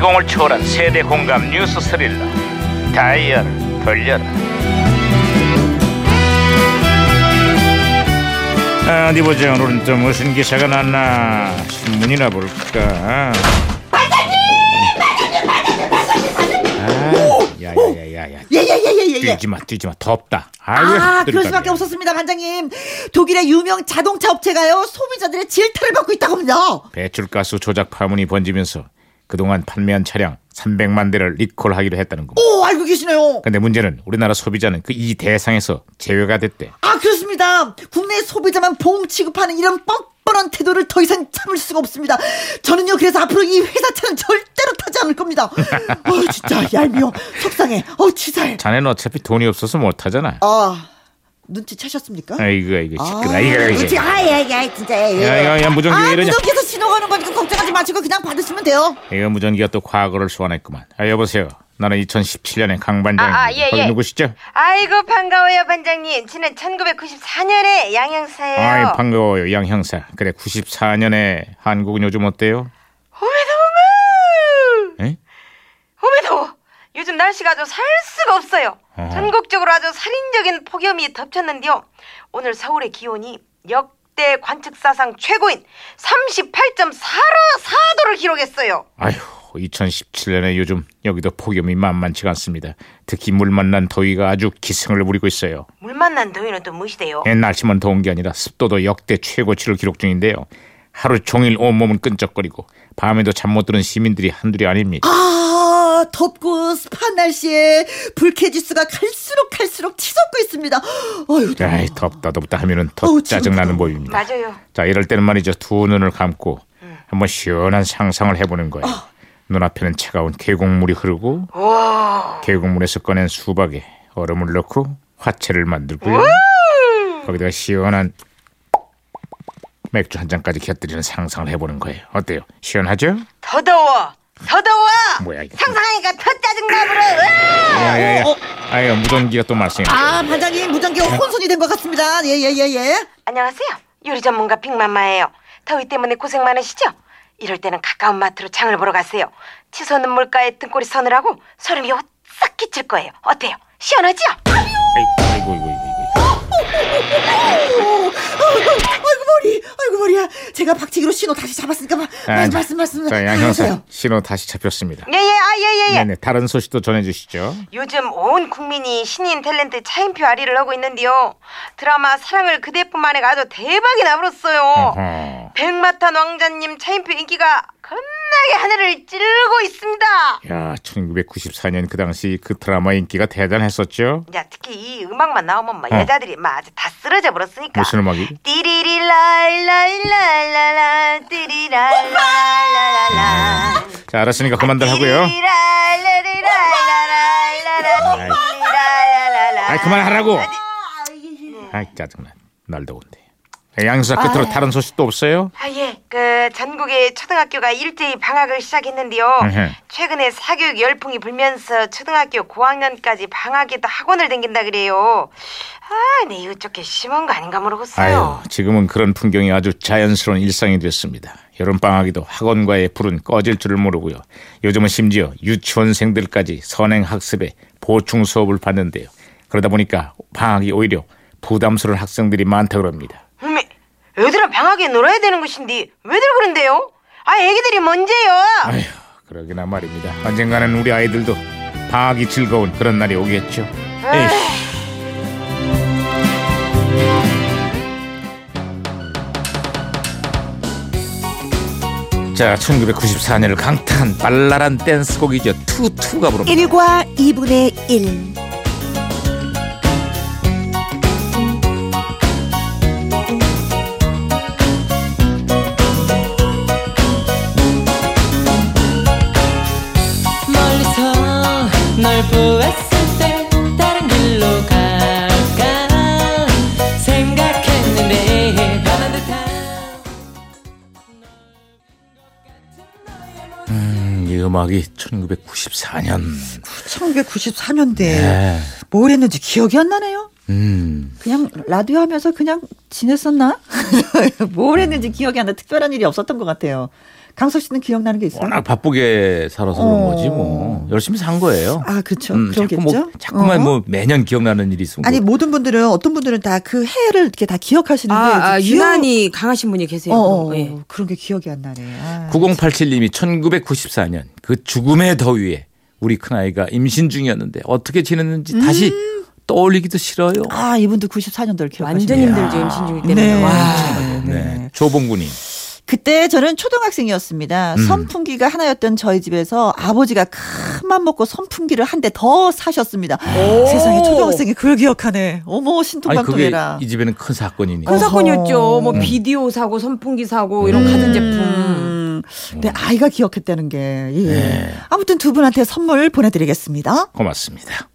공포를 초월한 세대 공감 뉴스 스릴러 다이얼을 돌려라 아, 어디 보자 오늘은 또 무슨 기사가 났나 신문이나 볼까 반장님 아, 야야야야야 예예예예예. 예, 뛰지마 뛰지마 덥다 아이고, 아, 그럴 뜨겁다. 수밖에 없었습니다, 반장님. 독일의 유명 자동차 업체가요, 소비자들의 질타를 받고 있다고 합니다. 배출가스 조작 파문이 번지면서 그동안 판매한 차량 300만 대를 리콜하기로 했다는 겁니다. 오, 알고 계시네요. 근데 문제는 우리나라 소비자는 그 이 대상에서 제외가 됐대. 아, 그렇습니다. 국내 소비자만 보험 취급하는 이런 뻔뻔한 태도를 더 이상 참을 수가 없습니다. 저는요, 그래서 앞으로 이 회사 차는 절대로 타지 않을 겁니다. 어, 진짜, 얄미워. 속상해. 어, 치사해. 자네는 어차피 돈이 없어서 못 하잖아. 아, 눈치채셨습니까? 아이고 아이고 시끄러. 아이고 그렇지. 아이고. 아, 예, 예, 진짜. 예, 예. 야, 야, 야, 무전기 왜 아, 이러냐. 무전기에서 신호가 오는 거니까 걱정하지 마시고 그냥 받으시면 돼요. 이거 무전기가 또 과거를 소환했구만. 아 여보세요. 나는 2017년의 강 반장. 아, 아, 예, 거기 예. 누구시죠? 아이고 반가워요 반장님. 저는 1994년에 양양사예요. 어. 아이 반가워요 양 형사. 그래 94년에 한국은 요즘 어때요? 어메 더워. 에? 뭐! 어메 더워. 요즘 날씨가 아주 살 수가 없어요. 어. 전국적으로 아주 살인적인 폭염이 덮쳤는데요. 오늘 서울의 기온이 역대 관측 사상 최고인 38.4도를 기록했어요. 아휴, 2017년에 요즘 여기도 폭염이 만만치가 않습니다. 특히 물 만난 더위가 아주 기승을 부리고 있어요. 물 만난 더위는 또 무시돼요. 옛 날씨만 더운 게 아니라 습도도 역대 최고치를 기록 중인데요. 하루 종일 온몸은 끈적거리고 밤에도 잠 못 드는 시민들이 한둘이 아닙니다. 아, 덥고 습한 날씨에 불쾌지수가 갈수록 갈수록 치솟고 있습니다. 어휴, 아이, 덥다 덥다 하면은 더 어우, 지금 짜증나는 더워. 모입니다. 맞아요. 자, 이럴 때는 말이죠. 두 눈을 감고 한번 시원한 상상을 해보는 거예요. 눈앞에는 차가운 계곡물이 흐르고 계곡물에서 꺼낸 수박에 얼음을 넣고 화채를 만들고요. 거기다가 시원한 맥주 한 잔까지 곁들이는 상상을 해보는 거예요. 어때요? 시원하죠? 더 더워. 더 더워. 뭐야, 이게. 상상하니까 더 짜증나 버려. 야야야, 어, 어. 예, 아유 무전기가 또 말썽이. 아, 반장님, 무전기 혼선이 된 것 같습니다. 예, 예, 예, 예. 안녕하세요. 요리 전문가 빅마마예요. 더위 때문에 고생 많으시죠? 이럴 때는 가까운 마트로 장을 보러 가세요. 치솟는 물가에 등골이 서늘하고 소름이 싹 끼칠 거예요. 어때요? 시원하죠? 아이고 아이고 아이고. 아이고. 어, 아이고, 머리, 아이고, 머리야. 제가 박치기로 신호 다시 잡았으니까 마, 아, 네, 말씀, 말씀, 말씀. 자, 양 하세요. 형사 신호 다시 잡혔습니다. 예예 아예예 예, 네네, 다른 소식도 전해주시죠. 요즘 온 국민이 신인 탤런트 차인표 아리를 하고 있는데요. 드라마 사랑을 그대뿐만에가 아주 대박이 나버렸어요. 어허. 백마탄 왕자님 차인표 인기가 겁나게 하늘을 찌르고 있습니다. 야, 1994년 그 당시 그 드라마 인기가 대단했었죠. 야 특히 이 음악만 나오면 막 어. 여자들이 막 아주 다 쓰러져 버렸으니까. 무슨 음악이? 띠리리랄랄랄라 띠리랄랄랄라. 자, 알았으니까 그만들 하고요. 띠리랄랄랄랄라 띠리랄랄랄라. 아이, 그만하라고. 네. 아이, 짜증나. 날 더운데. 야, 양수사 아, 끝으로 네. 다른 소식도 없어요? 아 예, 그 전국의 초등학교가 일제히 방학을 시작했는데요. 음흠. 최근에 사교육 열풍이 불면서 초등학교 고학년까지 방학에도 학원을 댕긴다 그래요. 아, 네 이거 조금 심한 거 아닌가 모르겠어요. 아유, 지금은 그런 풍경이 아주 자연스러운 일상이 됐습니다. 여름방학에도 학원과의 불은 꺼질 줄을 모르고요. 요즘은 심지어 유치원생들까지 선행학습에 보충 수업을 받는데요. 그러다 보니까 방학이 오히려 부담스러운 학생들이 많다고 합니다. 어메, 음, 애들은 방학에 놀아야 되는 것인데 왜들 그런데요? 아 애기들이 먼저요. 아휴, 그러기나 말입니다. 언젠가는 우리 아이들도 방학이 즐거운 그런 날이 오겠죠. 에이. 자, 1994년을 강타한 발랄한 댄스곡이죠. 투투가 부릅니다. 1과 2분의 1. 멀리서 널 보았을 때 다른 길로 갈까 생각했는데 반한 듯한 음, 이 음악이 1994년. 1994년대. 네. 뭘 했는지 기억이 안 나네요. 음. 그냥 라디오 하면서 그냥 지냈었나? 뭘 했는지 기억이 안 나. 특별한 일이 없었던 것 같아요. 강석 씨는 기억나는 게 있어요? 워낙 바쁘게 살아서 그런 어. 거지 뭐 열심히 산 거예요. 아, 그렇죠. 음, 그러겠죠. 자꾸 뭐 자꾸만 어. 뭐 매년 기억나는 일이 있으면 아니 뭐 모든 분들은 어떤 분들은 다 그 해를 이렇게 다 기억하시는데 아, 아 이제 기억- 유난히 강하신 분이 계세요. 어, 어, 그럼. 예. 그런 게 기억이 안 나네. 아. 9087님이 1994년 그 죽음의 더위에 우리 큰아이가 임신 중이었는데 어떻게 지냈는지 다시 음. 떠올리기도 싫어요. 아, 이분도 94년도를 기억하시네요. 완전 힘들죠 임신 중일 때는. 네. 와. 네. 조봉군이 그때 저는 초등학생이었습니다. 음. 선풍기가 하나였던 저희 집에서 아버지가 큰맘 먹고 선풍기를 한 대 더 사셨습니다. 세상에 초등학생이 그걸 기억하네. 어머 아니 그게 신통방통해라. 이 음. 집에는 큰 사건이니까. 큰 사건이었죠. 뭐 비디오 사고, 선풍기 사고 이런 가전 제품. 음, 근데 네. 아이가 기억했다는 게 예. 아무튼 두 분한테 선물 보내드리겠습니다. 고맙습니다.